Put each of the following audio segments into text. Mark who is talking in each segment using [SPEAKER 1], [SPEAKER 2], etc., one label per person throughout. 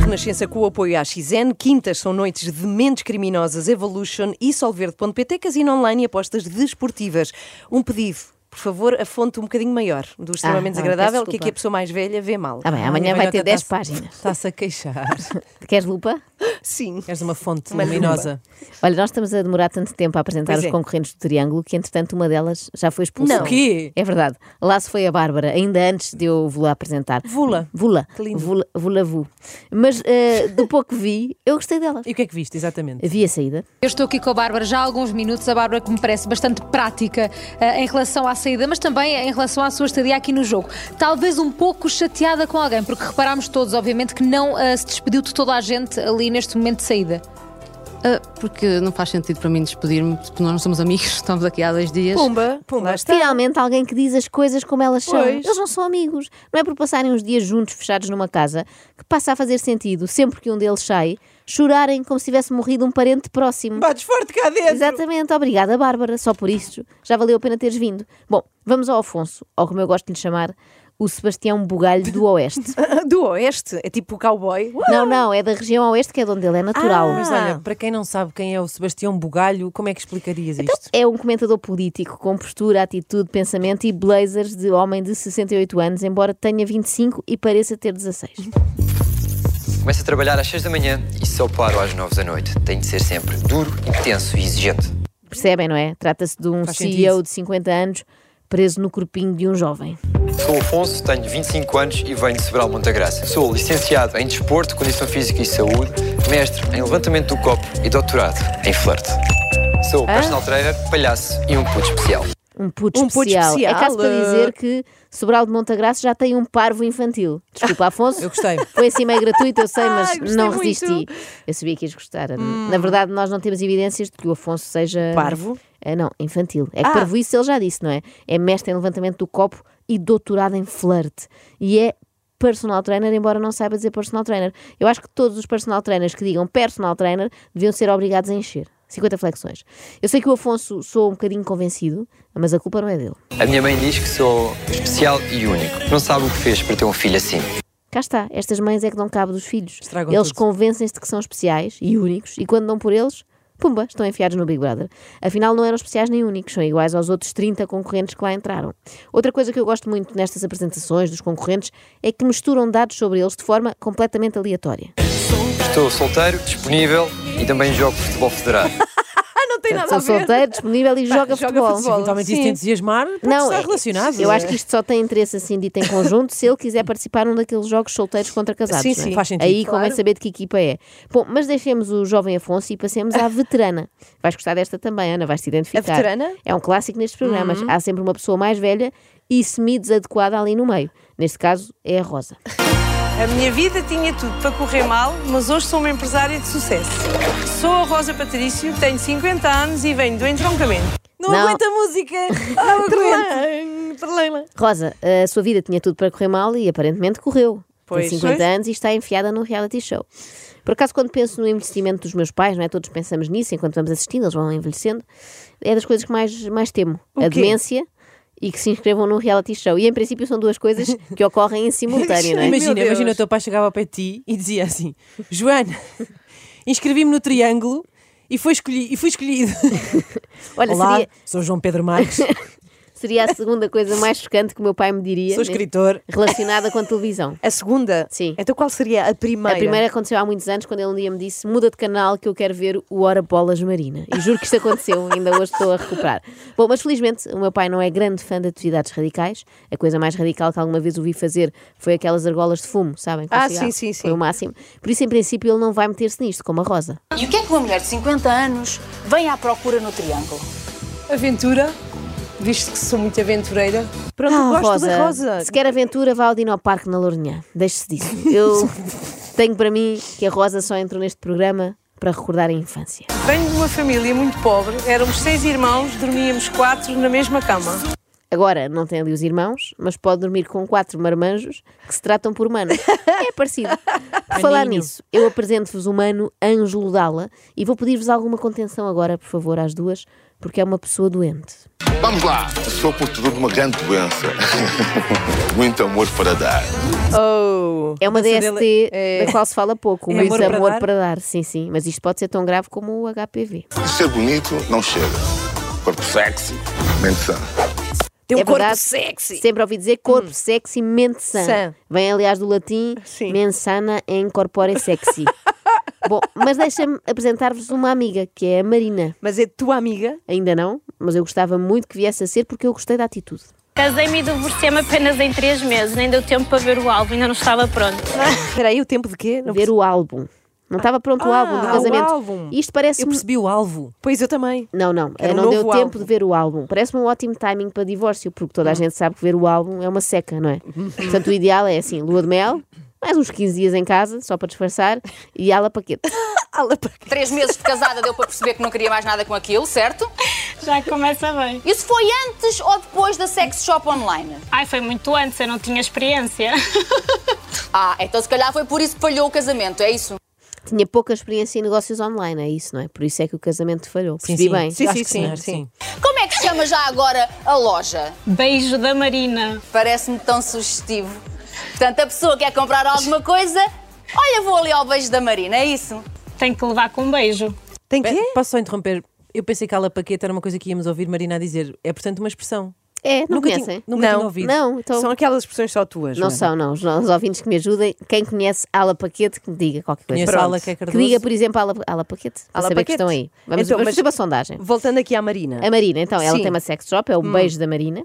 [SPEAKER 1] Renascença com o apoio à XN. Quintas são noites de mentes criminosas, Evolution e Solverde.pt, casino online e apostas desportivas. Um pedido. Por favor, a fonte um bocadinho maior do extremamente
[SPEAKER 2] tá bem,
[SPEAKER 1] desagradável,
[SPEAKER 2] peço
[SPEAKER 1] que aqui
[SPEAKER 2] desculpa.
[SPEAKER 1] a pessoa mais velha vê mal.
[SPEAKER 2] Tá bem, amanhã vai ter 10 páginas.
[SPEAKER 3] Está-se a queixar.
[SPEAKER 2] Queres lupa?
[SPEAKER 1] Sim.
[SPEAKER 3] Queres uma fonte
[SPEAKER 1] Uma
[SPEAKER 3] luminosa.
[SPEAKER 2] Olha, nós estamos a demorar tanto tempo a apresentar
[SPEAKER 1] Pois
[SPEAKER 2] os
[SPEAKER 1] é.
[SPEAKER 2] concorrentes do Triângulo que, entretanto, uma delas já foi expulsa.
[SPEAKER 1] Não. O
[SPEAKER 3] quê?
[SPEAKER 2] É verdade. Lá se foi a Bárbara, ainda antes de eu vou lá apresentar.
[SPEAKER 3] Vula.
[SPEAKER 2] Vula.
[SPEAKER 1] Que lindo.
[SPEAKER 2] Vula, vula vu. Mas eh, do pouco que vi, eu gostei dela.
[SPEAKER 3] E o que é que viste, exatamente?
[SPEAKER 2] Havia saída.
[SPEAKER 4] Eu estou aqui com a Bárbara já há alguns minutos, a Bárbara que me parece bastante prática eh, em relação à saída, mas também em relação à sua estadia aqui no jogo. Talvez um pouco chateada com alguém, porque reparámos todos, obviamente, que não eh, se despediu de toda a gente ali neste momento de saída.
[SPEAKER 5] Ah, porque não faz sentido para mim despedir-me, porque nós não somos amigos, estamos aqui há dois dias.
[SPEAKER 1] Pumba, pumba,
[SPEAKER 3] Lá
[SPEAKER 1] está.
[SPEAKER 2] Finalmente, alguém que diz as coisas como elas são.
[SPEAKER 1] Tá. Pois.
[SPEAKER 2] Eles não são amigos. Não é por passarem uns dias juntos, fechados numa casa, que passa a fazer sentido, sempre que um deles sai, chorarem como se tivesse morrido um parente próximo.
[SPEAKER 3] Bates forte cá dentro!
[SPEAKER 2] Exatamente, obrigada Bárbara, só por isto já valeu a pena teres vindo. Bom, vamos ao Afonso, ou como eu gosto de lhe chamar, o Sebastião Bugalho do Oeste.
[SPEAKER 1] Do Oeste, é tipo cowboy. Ah.
[SPEAKER 2] não, não, é da região Oeste que é de onde ele é natural.
[SPEAKER 3] Ah, Mas olha, para quem não sabe quem é o Sebastião Bugalho, como é que explicarias
[SPEAKER 1] Então,
[SPEAKER 3] isto?
[SPEAKER 2] É um comentador político com postura, atitude, pensamento e blazers de homem de 68 anos, embora tenha 25 e pareça ter 16.
[SPEAKER 6] Começo a trabalhar às 6 da manhã e só paro às 9 da noite. Tenho de ser sempre duro, intenso e exigente.
[SPEAKER 2] Percebem, não é? Trata-se de um
[SPEAKER 3] Faz
[SPEAKER 2] CEO
[SPEAKER 3] sentido.
[SPEAKER 2] de 50 anos preso no corpinho de um jovem.
[SPEAKER 6] Sou Afonso, tenho 25 anos e venho de Sobral Montagraça. Sou licenciado em Desporto, Condição Física e Saúde, mestre em Levantamento do Copo e doutorado em Flerte. Sou personal trainer, palhaço e um puto especial.
[SPEAKER 2] Um puto
[SPEAKER 1] Um puto
[SPEAKER 2] especial. É
[SPEAKER 1] especial,
[SPEAKER 2] caso para
[SPEAKER 1] eh.
[SPEAKER 2] dizer que Sobral de Montagraça já tem um parvo infantil. Desculpa, Afonso.
[SPEAKER 3] Eu gostei.
[SPEAKER 2] Foi assim meio gratuito, eu sei, mas
[SPEAKER 1] Ai, gostei
[SPEAKER 2] não
[SPEAKER 1] muito.
[SPEAKER 2] resisti. Eu sabia que ias gostar. Ana. Na verdade, nós não temos evidências de que o Afonso seja.
[SPEAKER 1] Hum. Parvo?
[SPEAKER 2] Ah, não, infantil. É que
[SPEAKER 1] Ah.
[SPEAKER 2] parvo isso ele já disse, não é? É mestre em levantamento do copo e doutorado em flerte. E é personal trainer, embora não saiba dizer personal trainer. Eu acho que todos os personal trainers que digam personal trainer deviam ser obrigados a encher. 50 flexões. Eu sei que o Afonso sou um bocadinho convencido, mas a culpa não é dele.
[SPEAKER 6] A minha mãe diz que sou especial e único. Não sabe o que fez para ter um filho assim.
[SPEAKER 2] Cá está, estas mães é que dão cabo dos filhos.
[SPEAKER 3] Estragam
[SPEAKER 2] eles
[SPEAKER 3] tudo.
[SPEAKER 2] convencem-se de que são especiais e únicos, e quando dão por eles, pumba, estão enfiados no Big Brother. Afinal, não eram especiais nem únicos, são iguais aos outros 30 concorrentes que lá entraram. Outra coisa que eu gosto muito nestas apresentações dos concorrentes é que misturam dados sobre eles de forma completamente aleatória.
[SPEAKER 6] Estou solteiro, disponível e também jogo futebol federado.
[SPEAKER 1] Ah, não tem
[SPEAKER 2] Portanto,
[SPEAKER 1] nada a
[SPEAKER 2] sou
[SPEAKER 1] ver.
[SPEAKER 2] solteiro, disponível e joga, futebol.
[SPEAKER 1] futebol.
[SPEAKER 3] Eventualmente
[SPEAKER 1] Sim.
[SPEAKER 3] isso te entusiasmar, pode
[SPEAKER 2] Não,
[SPEAKER 3] estar
[SPEAKER 2] é-
[SPEAKER 3] relacionado.
[SPEAKER 2] eu acho que isto só tem interesse assim dito em conjunto se ele quiser participar num daqueles jogos solteiros contra casados.
[SPEAKER 1] Sim,
[SPEAKER 2] não é?
[SPEAKER 1] sim.
[SPEAKER 3] Faz sentido,
[SPEAKER 2] Aí
[SPEAKER 1] claro.
[SPEAKER 2] convém saber de que equipa é. Bom, mas deixemos o jovem Afonso e passemos à veterana. Vais gostar desta também, Ana, vais te identificar.
[SPEAKER 1] A veterana?
[SPEAKER 2] É um clássico nestes programas. Há sempre uma pessoa mais velha e semi-desadequada ali no meio. Neste caso é a Rosa.
[SPEAKER 7] A minha vida tinha tudo para correr mal, mas hoje sou uma empresária de sucesso. Sou a Rosa Patrício, tenho 50 anos e venho do entroncamento.
[SPEAKER 3] Não,
[SPEAKER 2] Não.
[SPEAKER 3] aguenta a música! Ah, não aguento.
[SPEAKER 2] Rosa, a sua vida tinha tudo para correr mal e aparentemente correu.
[SPEAKER 1] Pois.
[SPEAKER 2] Tem 50
[SPEAKER 1] Pois.
[SPEAKER 2] anos e está enfiada num reality show. Por acaso, quando penso no envelhecimento dos meus pais, não é? Todos pensamos nisso enquanto vamos assistindo, eles vão envelhecendo. É das coisas que mais, mais temo. a
[SPEAKER 1] quê?
[SPEAKER 2] demência e que se inscrevam num reality show. E em princípio são duas coisas que ocorrem em simultâneo, não é?
[SPEAKER 3] Imagina,
[SPEAKER 1] Deus.
[SPEAKER 3] imagina o teu pai chegava para ti e dizia assim: Joana, inscrevi-me no Triângulo e fui, escolhi, e fui escolhido.
[SPEAKER 2] Olha,
[SPEAKER 3] Olá,
[SPEAKER 2] seria,
[SPEAKER 3] sou João Pedro Marques,
[SPEAKER 2] seria a segunda coisa mais chocante que o meu pai me diria
[SPEAKER 3] sou
[SPEAKER 2] né?
[SPEAKER 3] escritor.
[SPEAKER 2] relacionada com a televisão.
[SPEAKER 1] A segunda?
[SPEAKER 2] Sim.
[SPEAKER 1] Então qual seria a primeira?
[SPEAKER 2] A primeira aconteceu há muitos anos, quando ele um dia me disse: muda de canal que eu quero ver o Hora Bolas Marina. E juro que isto aconteceu, ainda hoje estou a recuperar. Bom, mas felizmente o meu pai não é grande fã de atividades radicais. A coisa mais radical que alguma vez o vi fazer foi aquelas argolas de fumo, sabem? com
[SPEAKER 1] Ah,
[SPEAKER 2] cigarro.
[SPEAKER 1] sim, sim, sim.
[SPEAKER 2] Foi o máximo. Por isso, em princípio, ele não vai meter-se nisto, como a Rosa.
[SPEAKER 8] E o que é que uma mulher de 50 anos vem à procura no Triângulo?
[SPEAKER 7] Aventura, visto que sou muito aventureira.
[SPEAKER 2] Pronto,
[SPEAKER 1] gosto da Rosa.
[SPEAKER 2] Ah, Se quer aventura, vá ao Dinoparque na Lourinhã. Deixe-se disso. Eu tenho para mim que a Rosa só entrou neste programa para recordar a infância.
[SPEAKER 7] Venho de uma família muito pobre, éramos seis irmãos, dormíamos quatro na mesma cama.
[SPEAKER 2] Agora, não tem ali os irmãos, mas pode dormir com quatro marmanjos que se tratam por mano. É parecido. Por falar
[SPEAKER 3] Maninho.
[SPEAKER 2] nisso, eu apresento-vos o mano Ângelo Dala e vou pedir-vos alguma contenção agora, por favor, às duas, porque é uma pessoa doente.
[SPEAKER 9] Vamos lá! Sou portador de uma grande doença. Muito amor para dar.
[SPEAKER 1] Oh.
[SPEAKER 2] É uma
[SPEAKER 1] Mas a
[SPEAKER 2] DST
[SPEAKER 1] dele é-
[SPEAKER 2] da qual se fala pouco,
[SPEAKER 1] É
[SPEAKER 2] mas
[SPEAKER 1] amor
[SPEAKER 2] amor,
[SPEAKER 1] para
[SPEAKER 2] para,
[SPEAKER 1] dar?
[SPEAKER 2] dar, sim, sim. Mas isto pode ser tão grave como o HPV.
[SPEAKER 9] De ser bonito não chega. Corpo sexy, mente sã.
[SPEAKER 1] Tem um
[SPEAKER 2] é
[SPEAKER 1] corpo
[SPEAKER 2] verdade,
[SPEAKER 1] sexy. Hum.
[SPEAKER 2] Sempre ouvi dizer corpo sexy, mente sã.
[SPEAKER 1] Sã.
[SPEAKER 2] Vem, aliás, do latim
[SPEAKER 1] Sim.
[SPEAKER 2] mensana em corpore sexy. Bom, mas deixa-me apresentar-vos uma amiga, que é a Marina.
[SPEAKER 1] Mas é tua amiga?
[SPEAKER 2] Ainda não, mas eu gostava muito que viesse a ser porque eu gostei da atitude.
[SPEAKER 10] Casei-me e divorciei-me apenas em três meses, nem deu tempo para ver o alvo, ainda não estava pronto.
[SPEAKER 1] Espera aí, o tempo de quê? Não
[SPEAKER 2] Ver o álbum. Não estava pronto o
[SPEAKER 1] Ah,
[SPEAKER 2] álbum do
[SPEAKER 1] o
[SPEAKER 2] casamento.
[SPEAKER 1] álbum.
[SPEAKER 2] Isto parece
[SPEAKER 3] Eu percebi o alvo.
[SPEAKER 1] Pois eu também.
[SPEAKER 2] Não, não.
[SPEAKER 1] Era um
[SPEAKER 2] não deu
[SPEAKER 1] novo
[SPEAKER 2] tempo
[SPEAKER 1] álbum. Hum.
[SPEAKER 2] de ver o álbum. Parece-me um ótimo timing para divórcio, porque toda a gente sabe que ver o álbum é uma seca, não é? Portanto, o ideal é assim: lua de mel, mais uns 15 dias em casa, só para disfarçar, e ala paquete.
[SPEAKER 1] Ala para cá.
[SPEAKER 8] Três meses de casada deu para perceber que não queria mais nada com aquilo, certo?
[SPEAKER 10] Já começa bem.
[SPEAKER 8] Isso foi antes ou depois da sex shop online?
[SPEAKER 10] Ai, foi muito antes, eu não tinha experiência.
[SPEAKER 8] Ah, então se calhar foi por isso que falhou o casamento, é isso?
[SPEAKER 2] Tinha pouca experiência em negócios online, é isso, não é? Por isso é que o casamento falhou. Percebi bem.
[SPEAKER 1] Sim,
[SPEAKER 3] Acho
[SPEAKER 1] sim,
[SPEAKER 3] que
[SPEAKER 1] sim,
[SPEAKER 3] senhor,
[SPEAKER 1] sim.
[SPEAKER 8] Como é que se chama já agora a loja?
[SPEAKER 10] Beijo da Marina.
[SPEAKER 8] Parece-me tão sugestivo. Portanto, a pessoa quer comprar alguma coisa, olha, vou ali ao beijo da Marina, é isso?
[SPEAKER 10] Tem que levar com um beijo.
[SPEAKER 1] Tem
[SPEAKER 3] Pe-
[SPEAKER 1] quê?
[SPEAKER 3] Posso só interromper? Eu pensei que a ala paqueta era uma coisa que íamos ouvir Marina a dizer. É, portanto, uma expressão.
[SPEAKER 2] É, não
[SPEAKER 3] nunca
[SPEAKER 2] conhecem?
[SPEAKER 3] tinha, nunca
[SPEAKER 1] Não.
[SPEAKER 3] tinha ouvido.
[SPEAKER 2] Não, então.
[SPEAKER 1] São aquelas expressões só tuas. é?
[SPEAKER 2] Não
[SPEAKER 1] Joana.
[SPEAKER 2] são, não. Os os ouvintes que me ajudem, quem conhece Ala Paquete, que me diga qualquer coisa.
[SPEAKER 3] Conheço
[SPEAKER 2] Pronto.
[SPEAKER 3] Ala, que é Cardoso.
[SPEAKER 2] diga, por exemplo, Ala, Ala Paquete, para
[SPEAKER 1] Ala
[SPEAKER 2] saber
[SPEAKER 1] Paquete.
[SPEAKER 2] que estão aí. Vamos,
[SPEAKER 1] Então,
[SPEAKER 2] vamos
[SPEAKER 1] mas-
[SPEAKER 2] fazer uma sondagem.
[SPEAKER 1] Voltando aqui à Marina.
[SPEAKER 2] A Marina, então, ela
[SPEAKER 1] Sim. Hum.
[SPEAKER 2] tem uma sex shop, é o beijo da Marina,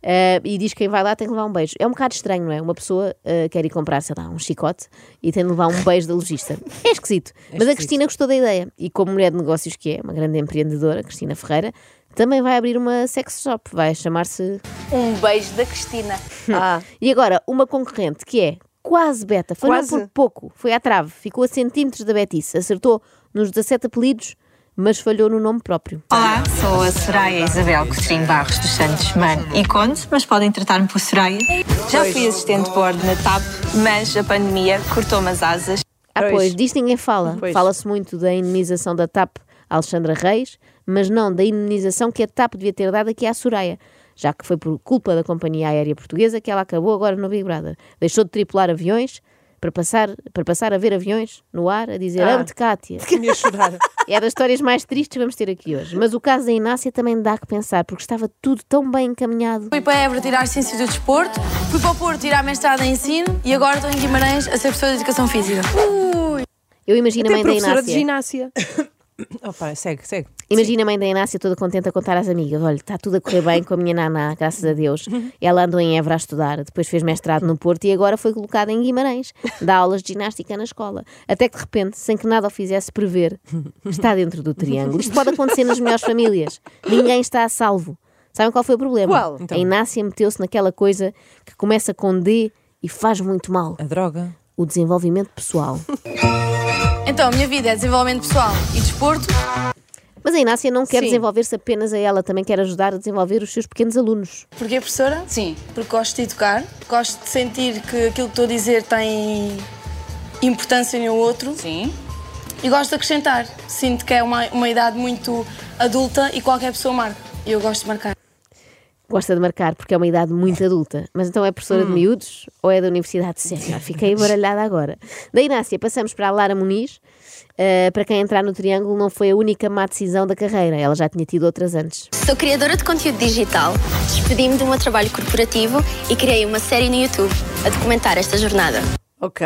[SPEAKER 2] eh, e diz que quem vai lá tem que levar um beijo. É um bocado estranho, não é? Uma pessoa eh, quer ir comprar, sei lá, um chicote e tem de levar um beijo da logista. É esquisito. Mas a Cristina gostou da ideia. E como mulher de negócios que é, uma grande empreendedora, Cristina Ferreira, também vai abrir uma sex shop. Vai chamar-se.
[SPEAKER 8] Um beijo da Cristina.
[SPEAKER 1] Ah,
[SPEAKER 2] E agora, uma concorrente que é quase beta, foi não
[SPEAKER 1] Quase?
[SPEAKER 2] por pouco, foi à trave, ficou a centímetros da Betice, acertou nos 17 apelidos, mas falhou no nome próprio.
[SPEAKER 11] Olá, sou a Soraya Isabel Coutinho Barros dos Santos Man e Conte, mas podem tratar-me por Soraya. Já fui assistente de bordo na TAP, mas a pandemia cortou-me as asas.
[SPEAKER 2] Ah,
[SPEAKER 1] Pois.
[SPEAKER 2] pois, disto ninguém fala.
[SPEAKER 1] Pois.
[SPEAKER 2] Fala-se muito da indenização da TAP à Alexandra Reis, mas não da indenização que a TAP devia ter dado aqui à Soraya, já que foi por culpa da companhia aérea portuguesa que ela acabou agora no Big Brother. Deixou de tripular aviões para passar, para passar a ver aviões no ar a
[SPEAKER 1] Ah.
[SPEAKER 2] dizer amo-te, Cátia.
[SPEAKER 3] Tinha a chorar.
[SPEAKER 2] É das histórias mais tristes que vamos ter aqui hoje. Mas o caso da Inácia também dá que pensar, porque estava tudo tão bem encaminhado.
[SPEAKER 11] Fui para Évora tirar Ciência do Desporto, fui para o Porto tirar mestrado em Ensino e agora estou em Guimarães a ser professora de Educação Física.
[SPEAKER 2] Eu imagino a
[SPEAKER 1] tem
[SPEAKER 2] mãe da
[SPEAKER 1] professora de
[SPEAKER 2] Inácia.
[SPEAKER 1] ginástica.
[SPEAKER 3] Opa, segue, segue.
[SPEAKER 2] Imagina a mãe da Inácia toda contente a contar às amigas: olha, está tudo a correr bem com a minha naná, graças a Deus. Ela andou em Évora a estudar, depois fez mestrado no Porto e agora foi colocada em Guimarães, dá aulas de ginástica na escola. Até que de repente, sem que nada o fizesse prever, está dentro do triângulo. Isto pode acontecer nas melhores famílias. Ninguém está a salvo. Sabem qual foi o problema?
[SPEAKER 1] Qual? Então.
[SPEAKER 2] A Inácia meteu-se naquela coisa que começa com D e faz muito mal:
[SPEAKER 3] A droga.
[SPEAKER 2] o desenvolvimento pessoal.
[SPEAKER 11] Então, a minha vida é desenvolvimento pessoal e desporto.
[SPEAKER 2] Mas a Inácia não quer
[SPEAKER 1] Sim.
[SPEAKER 2] desenvolver-se apenas a ela, também quer ajudar a desenvolver os seus pequenos alunos.
[SPEAKER 11] Porquê, professora?
[SPEAKER 8] Sim.
[SPEAKER 11] Porque gosto de educar, gosto de sentir que aquilo que estou a dizer tem importância no outro
[SPEAKER 8] Sim.
[SPEAKER 11] e gosto de acrescentar. Sinto que é uma, uma idade muito adulta e qualquer pessoa marca. E eu gosto de marcar.
[SPEAKER 2] Gosta de marcar porque é uma idade muito adulta. Mas então é professora de miúdos ou é da Universidade Sénior? Fiquei baralhada agora. Da Inácia, passamos para a Lara Muniz. Uh, para quem entrar no Triângulo, não foi a única má decisão da carreira. Ela já tinha tido outras antes.
[SPEAKER 10] Sou criadora de conteúdo digital. Despedi-me do meu trabalho corporativo e criei uma série no YouTube a documentar esta jornada.
[SPEAKER 1] Ok.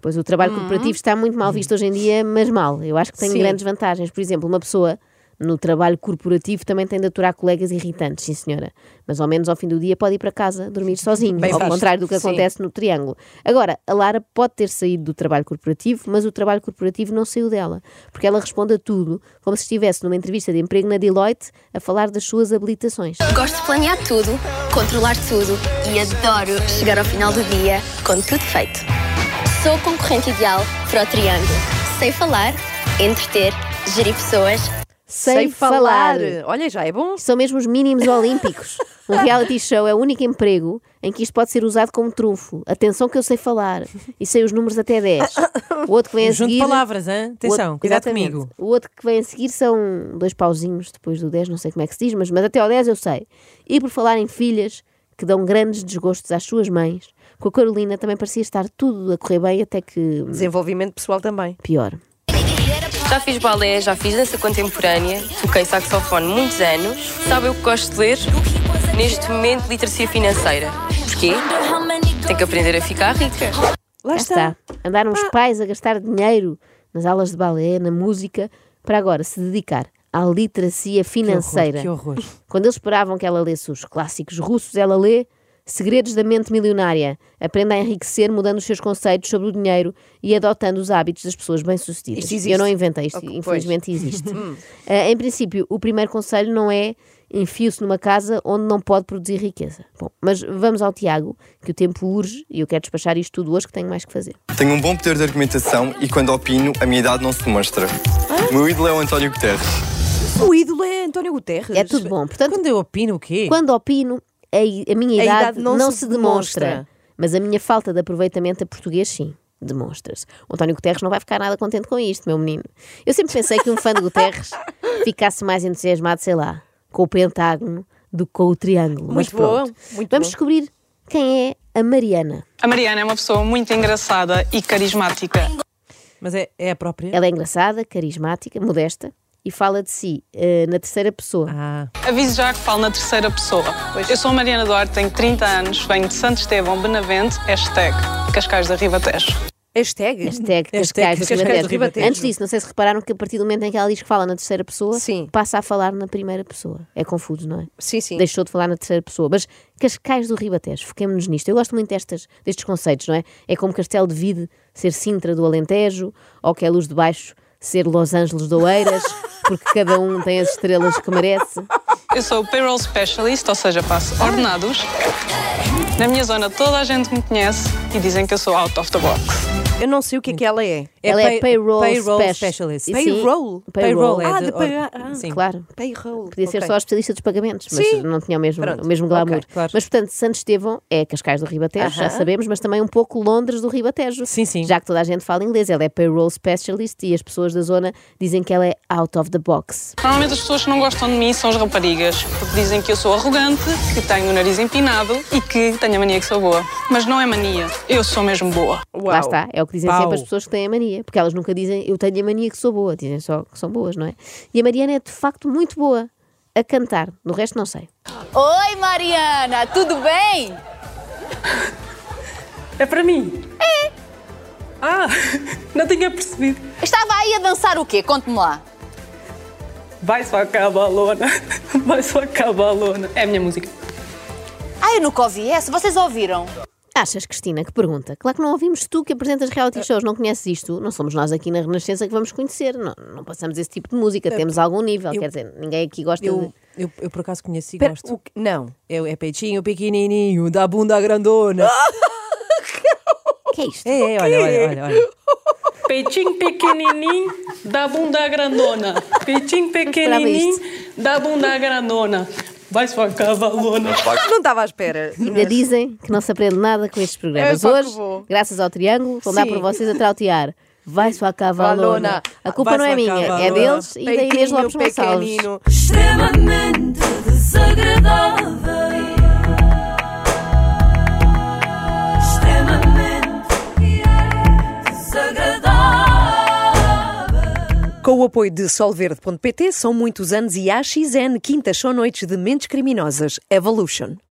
[SPEAKER 2] Pois o trabalho corporativo está muito mal visto hoje em dia, mas mal. Eu acho que tem
[SPEAKER 1] Hum. Sim.
[SPEAKER 2] grandes vantagens. Por exemplo, uma pessoa no trabalho corporativo também tem de aturar colegas irritantes, sim senhora. Mas ao menos ao fim do dia pode ir para casa dormir sozinho,
[SPEAKER 1] Bem
[SPEAKER 2] ao
[SPEAKER 1] visto.
[SPEAKER 2] contrário do que
[SPEAKER 1] Sim.
[SPEAKER 2] acontece no Triângulo. Agora, a Lara pode ter saído do trabalho corporativo, mas o trabalho corporativo não saiu dela, porque ela responde a tudo como se estivesse numa entrevista de emprego na Deloitte a falar das suas habilitações.
[SPEAKER 10] Gosto de planear tudo, controlar tudo e adoro chegar ao final do dia com tudo feito. Sou a concorrente ideal para o Triângulo. Sei falar, entreter, gerir pessoas
[SPEAKER 2] sem,
[SPEAKER 1] Sem
[SPEAKER 2] falar.
[SPEAKER 1] falar. Olha, já é bom.
[SPEAKER 2] São mesmo os mínimos olímpicos. Um reality show é o único emprego em que isto pode ser usado como trunfo. Atenção que eu sei falar. E sei os números até 10. O outro que vem a
[SPEAKER 3] Junto
[SPEAKER 2] seguir...
[SPEAKER 3] palavras, hã? Atenção, cuidado
[SPEAKER 2] exatamente.
[SPEAKER 3] comigo.
[SPEAKER 2] O outro que vem a seguir são dois pauzinhos depois do 10, não sei como é que se diz, mas, mas até ao 10 eu sei. E por falar em filhas que dão grandes desgostos às suas mães, com a Carolina também parecia estar tudo a correr bem até que...
[SPEAKER 1] Desenvolvimento pessoal também.
[SPEAKER 2] Pior.
[SPEAKER 12] Já fiz balé, já fiz dança contemporânea, toquei saxofone muitos anos. Sabe o que gosto de ler? Neste momento, literacia financeira. Porquê? Tenho que aprender a ficar rica.
[SPEAKER 2] Lá está. Andaram
[SPEAKER 3] Ah.
[SPEAKER 2] os pais a gastar dinheiro nas aulas de balé, na música, para agora se dedicar à literacia financeira.
[SPEAKER 3] Que horror, que horror.
[SPEAKER 2] Quando eles esperavam que ela lesse os clássicos russos, ela lê Segredos da Mente Milionária. Aprenda a enriquecer mudando os seus conceitos sobre o dinheiro e adotando os hábitos das pessoas bem-sucedidas.
[SPEAKER 1] Isto existe.
[SPEAKER 2] Eu não inventei isto,
[SPEAKER 1] Ok, pois.
[SPEAKER 2] infelizmente existe.
[SPEAKER 1] Hum.
[SPEAKER 2] Eh, em princípio, o primeiro conselho não é enfio-se numa casa onde não pode produzir riqueza. Bom, mas vamos ao Tiago, que o tempo urge e eu quero despachar isto tudo hoje que tenho mais que fazer.
[SPEAKER 13] Tenho um bom poder de argumentação e quando opino, a minha idade não se demonstra. O meu ídolo é o António Guterres.
[SPEAKER 1] O ídolo é António Guterres.
[SPEAKER 2] É tudo bom. Portanto,
[SPEAKER 3] quando eu opino o quê?
[SPEAKER 2] Quando opino, a, i- a minha
[SPEAKER 1] A
[SPEAKER 2] idade,
[SPEAKER 1] idade
[SPEAKER 2] não,
[SPEAKER 1] não
[SPEAKER 2] se,
[SPEAKER 1] se
[SPEAKER 2] demonstra.
[SPEAKER 1] demonstra.
[SPEAKER 2] Mas a minha falta de aproveitamento a português, sim. Demonstras. O António Guterres não vai ficar nada contente com isto, meu menino. Eu sempre pensei que um fã de Guterres ficasse mais entusiasmado, sei lá, com o pentágono do que com o triângulo. Mas
[SPEAKER 14] Muito boa,
[SPEAKER 2] pronto. Vamos
[SPEAKER 14] muito boa.
[SPEAKER 2] descobrir quem é a Mariana.
[SPEAKER 14] A Mariana é uma pessoa muito engraçada e carismática.
[SPEAKER 3] Mas é, é a própria?
[SPEAKER 2] Ela é engraçada, carismática, modesta e fala de si eh, na terceira pessoa.
[SPEAKER 1] Ah.
[SPEAKER 14] Aviso já que falo na terceira pessoa. Eu sou a Mariana Duarte, tenho 30 anos, venho de Santo Estevão, Benavente, hashtag Cascais da Ribatejo.
[SPEAKER 1] Hashtag?
[SPEAKER 2] Hashtag Cascais
[SPEAKER 14] Hashtag
[SPEAKER 2] do
[SPEAKER 14] Cascais do
[SPEAKER 2] Ribatejo.
[SPEAKER 14] Ribatejo.
[SPEAKER 2] Antes disso, não sei se repararam que a partir do momento em que ela diz que fala na terceira pessoa, passa a falar na primeira pessoa. É confuso, não é?
[SPEAKER 1] Sim, sim.
[SPEAKER 2] Deixou de falar na terceira pessoa. Mas Cascais do Ribatejo, foquemos-nos nisto. Eu gosto muito destas, destes conceitos, não é? É como Castelo de Vide ser Sintra do Alentejo, ou que é Luz de Baixo ser Los Angeles do Oeiras, porque cada um tem as estrelas que merece.
[SPEAKER 14] Eu sou payroll specialist, ou seja, faço ordenados. Na minha zona toda a gente me conhece e dizem que eu sou out of the box.
[SPEAKER 1] Eu não sei o que é que ela é.
[SPEAKER 2] Ela é payroll,
[SPEAKER 1] payroll
[SPEAKER 2] speci-
[SPEAKER 1] specialist.
[SPEAKER 2] E sim,
[SPEAKER 1] Payroll?
[SPEAKER 2] Payroll.
[SPEAKER 1] Ah,
[SPEAKER 2] é
[SPEAKER 1] de
[SPEAKER 2] de-
[SPEAKER 1] pagar.
[SPEAKER 2] or-
[SPEAKER 1] Ah,
[SPEAKER 2] sim. Claro.
[SPEAKER 1] Payroll.
[SPEAKER 2] Podia ser
[SPEAKER 1] ok.
[SPEAKER 2] só especialista dos pagamentos, mas
[SPEAKER 1] Sim.
[SPEAKER 2] não tinha o mesmo,
[SPEAKER 1] Pronto,
[SPEAKER 2] o mesmo glamour.
[SPEAKER 1] ok, claro.
[SPEAKER 2] Mas, portanto, Santo Estevão é Cascais do Ribatejo, já
[SPEAKER 1] Aham.
[SPEAKER 2] sabemos, mas também um pouco Londres do Ribatejo. Sim, sim. Já que toda a gente fala inglês, ela é payroll specialist e as pessoas da zona dizem que ela é out of the box.
[SPEAKER 14] Normalmente as pessoas que não gostam de mim são as raparigas, porque dizem que eu sou arrogante, que tenho o nariz empinado e que tenho a mania que sou boa. Mas não é mania, eu sou mesmo boa.
[SPEAKER 2] Lá está, é o que dizem
[SPEAKER 14] Pau.
[SPEAKER 2] sempre as pessoas que têm a mania, porque elas nunca dizem eu tenho a mania que sou boa, dizem só que são boas, não é? E a Mariana é de facto muito boa a cantar, no resto não sei.
[SPEAKER 8] Oi, Mariana, tudo bem?
[SPEAKER 15] É para mim?
[SPEAKER 8] É.
[SPEAKER 15] Ah, não tinha percebido.
[SPEAKER 8] Estava aí a dançar o quê? Conte-me lá.
[SPEAKER 15] Vai só cá, balona. Vai só cá, balona. É a minha música.
[SPEAKER 8] Ah, eu nunca ouvi essa. Vocês ouviram?
[SPEAKER 2] Achas, Cristina, que pergunta? Claro que não ouvimos tu que apresentas
[SPEAKER 1] Eh,
[SPEAKER 2] reality shows, não conheces isto, não somos nós aqui na Renascença que vamos conhecer, não, não passamos esse tipo de música,
[SPEAKER 3] Eh,
[SPEAKER 2] temos algum nível,
[SPEAKER 3] eu-
[SPEAKER 2] quer dizer, ninguém aqui gosta
[SPEAKER 3] Eu,
[SPEAKER 2] de.
[SPEAKER 3] eu, eu por acaso conheci e
[SPEAKER 2] Pera,
[SPEAKER 3] gosto. não. É, é peitinho pequenininho, da bunda grandona.
[SPEAKER 2] Ah, que é isto?
[SPEAKER 3] É, é, olha, olha, olha, olha.
[SPEAKER 15] Peitinho pequenininho da bunda grandona. Peitinho pequenininho da bunda grandona. Vai só cá, balona.
[SPEAKER 1] Não estava à espera.
[SPEAKER 2] Ainda dizem que não se aprende nada com estes
[SPEAKER 1] É
[SPEAKER 2] programas.
[SPEAKER 1] só que
[SPEAKER 2] Hoje,
[SPEAKER 1] vou.
[SPEAKER 2] graças ao Triângulo, vão dar
[SPEAKER 1] Sim.
[SPEAKER 2] para vocês a trautear. Vai sua cavalona.
[SPEAKER 1] Valona.
[SPEAKER 2] A culpa
[SPEAKER 1] Vai
[SPEAKER 2] não é
[SPEAKER 1] sua
[SPEAKER 2] minha, é
[SPEAKER 1] cavalona.
[SPEAKER 2] deles e da Inês
[SPEAKER 1] Peitinho
[SPEAKER 2] Lopes Gonçalves.
[SPEAKER 1] pequenino.
[SPEAKER 16] extremamente desagradável. Extremamente desagradável.
[SPEAKER 1] Com o apoio de solverde.pt, são muitos anos e AXN, quintas são noites de mentes criminosas. Evolution.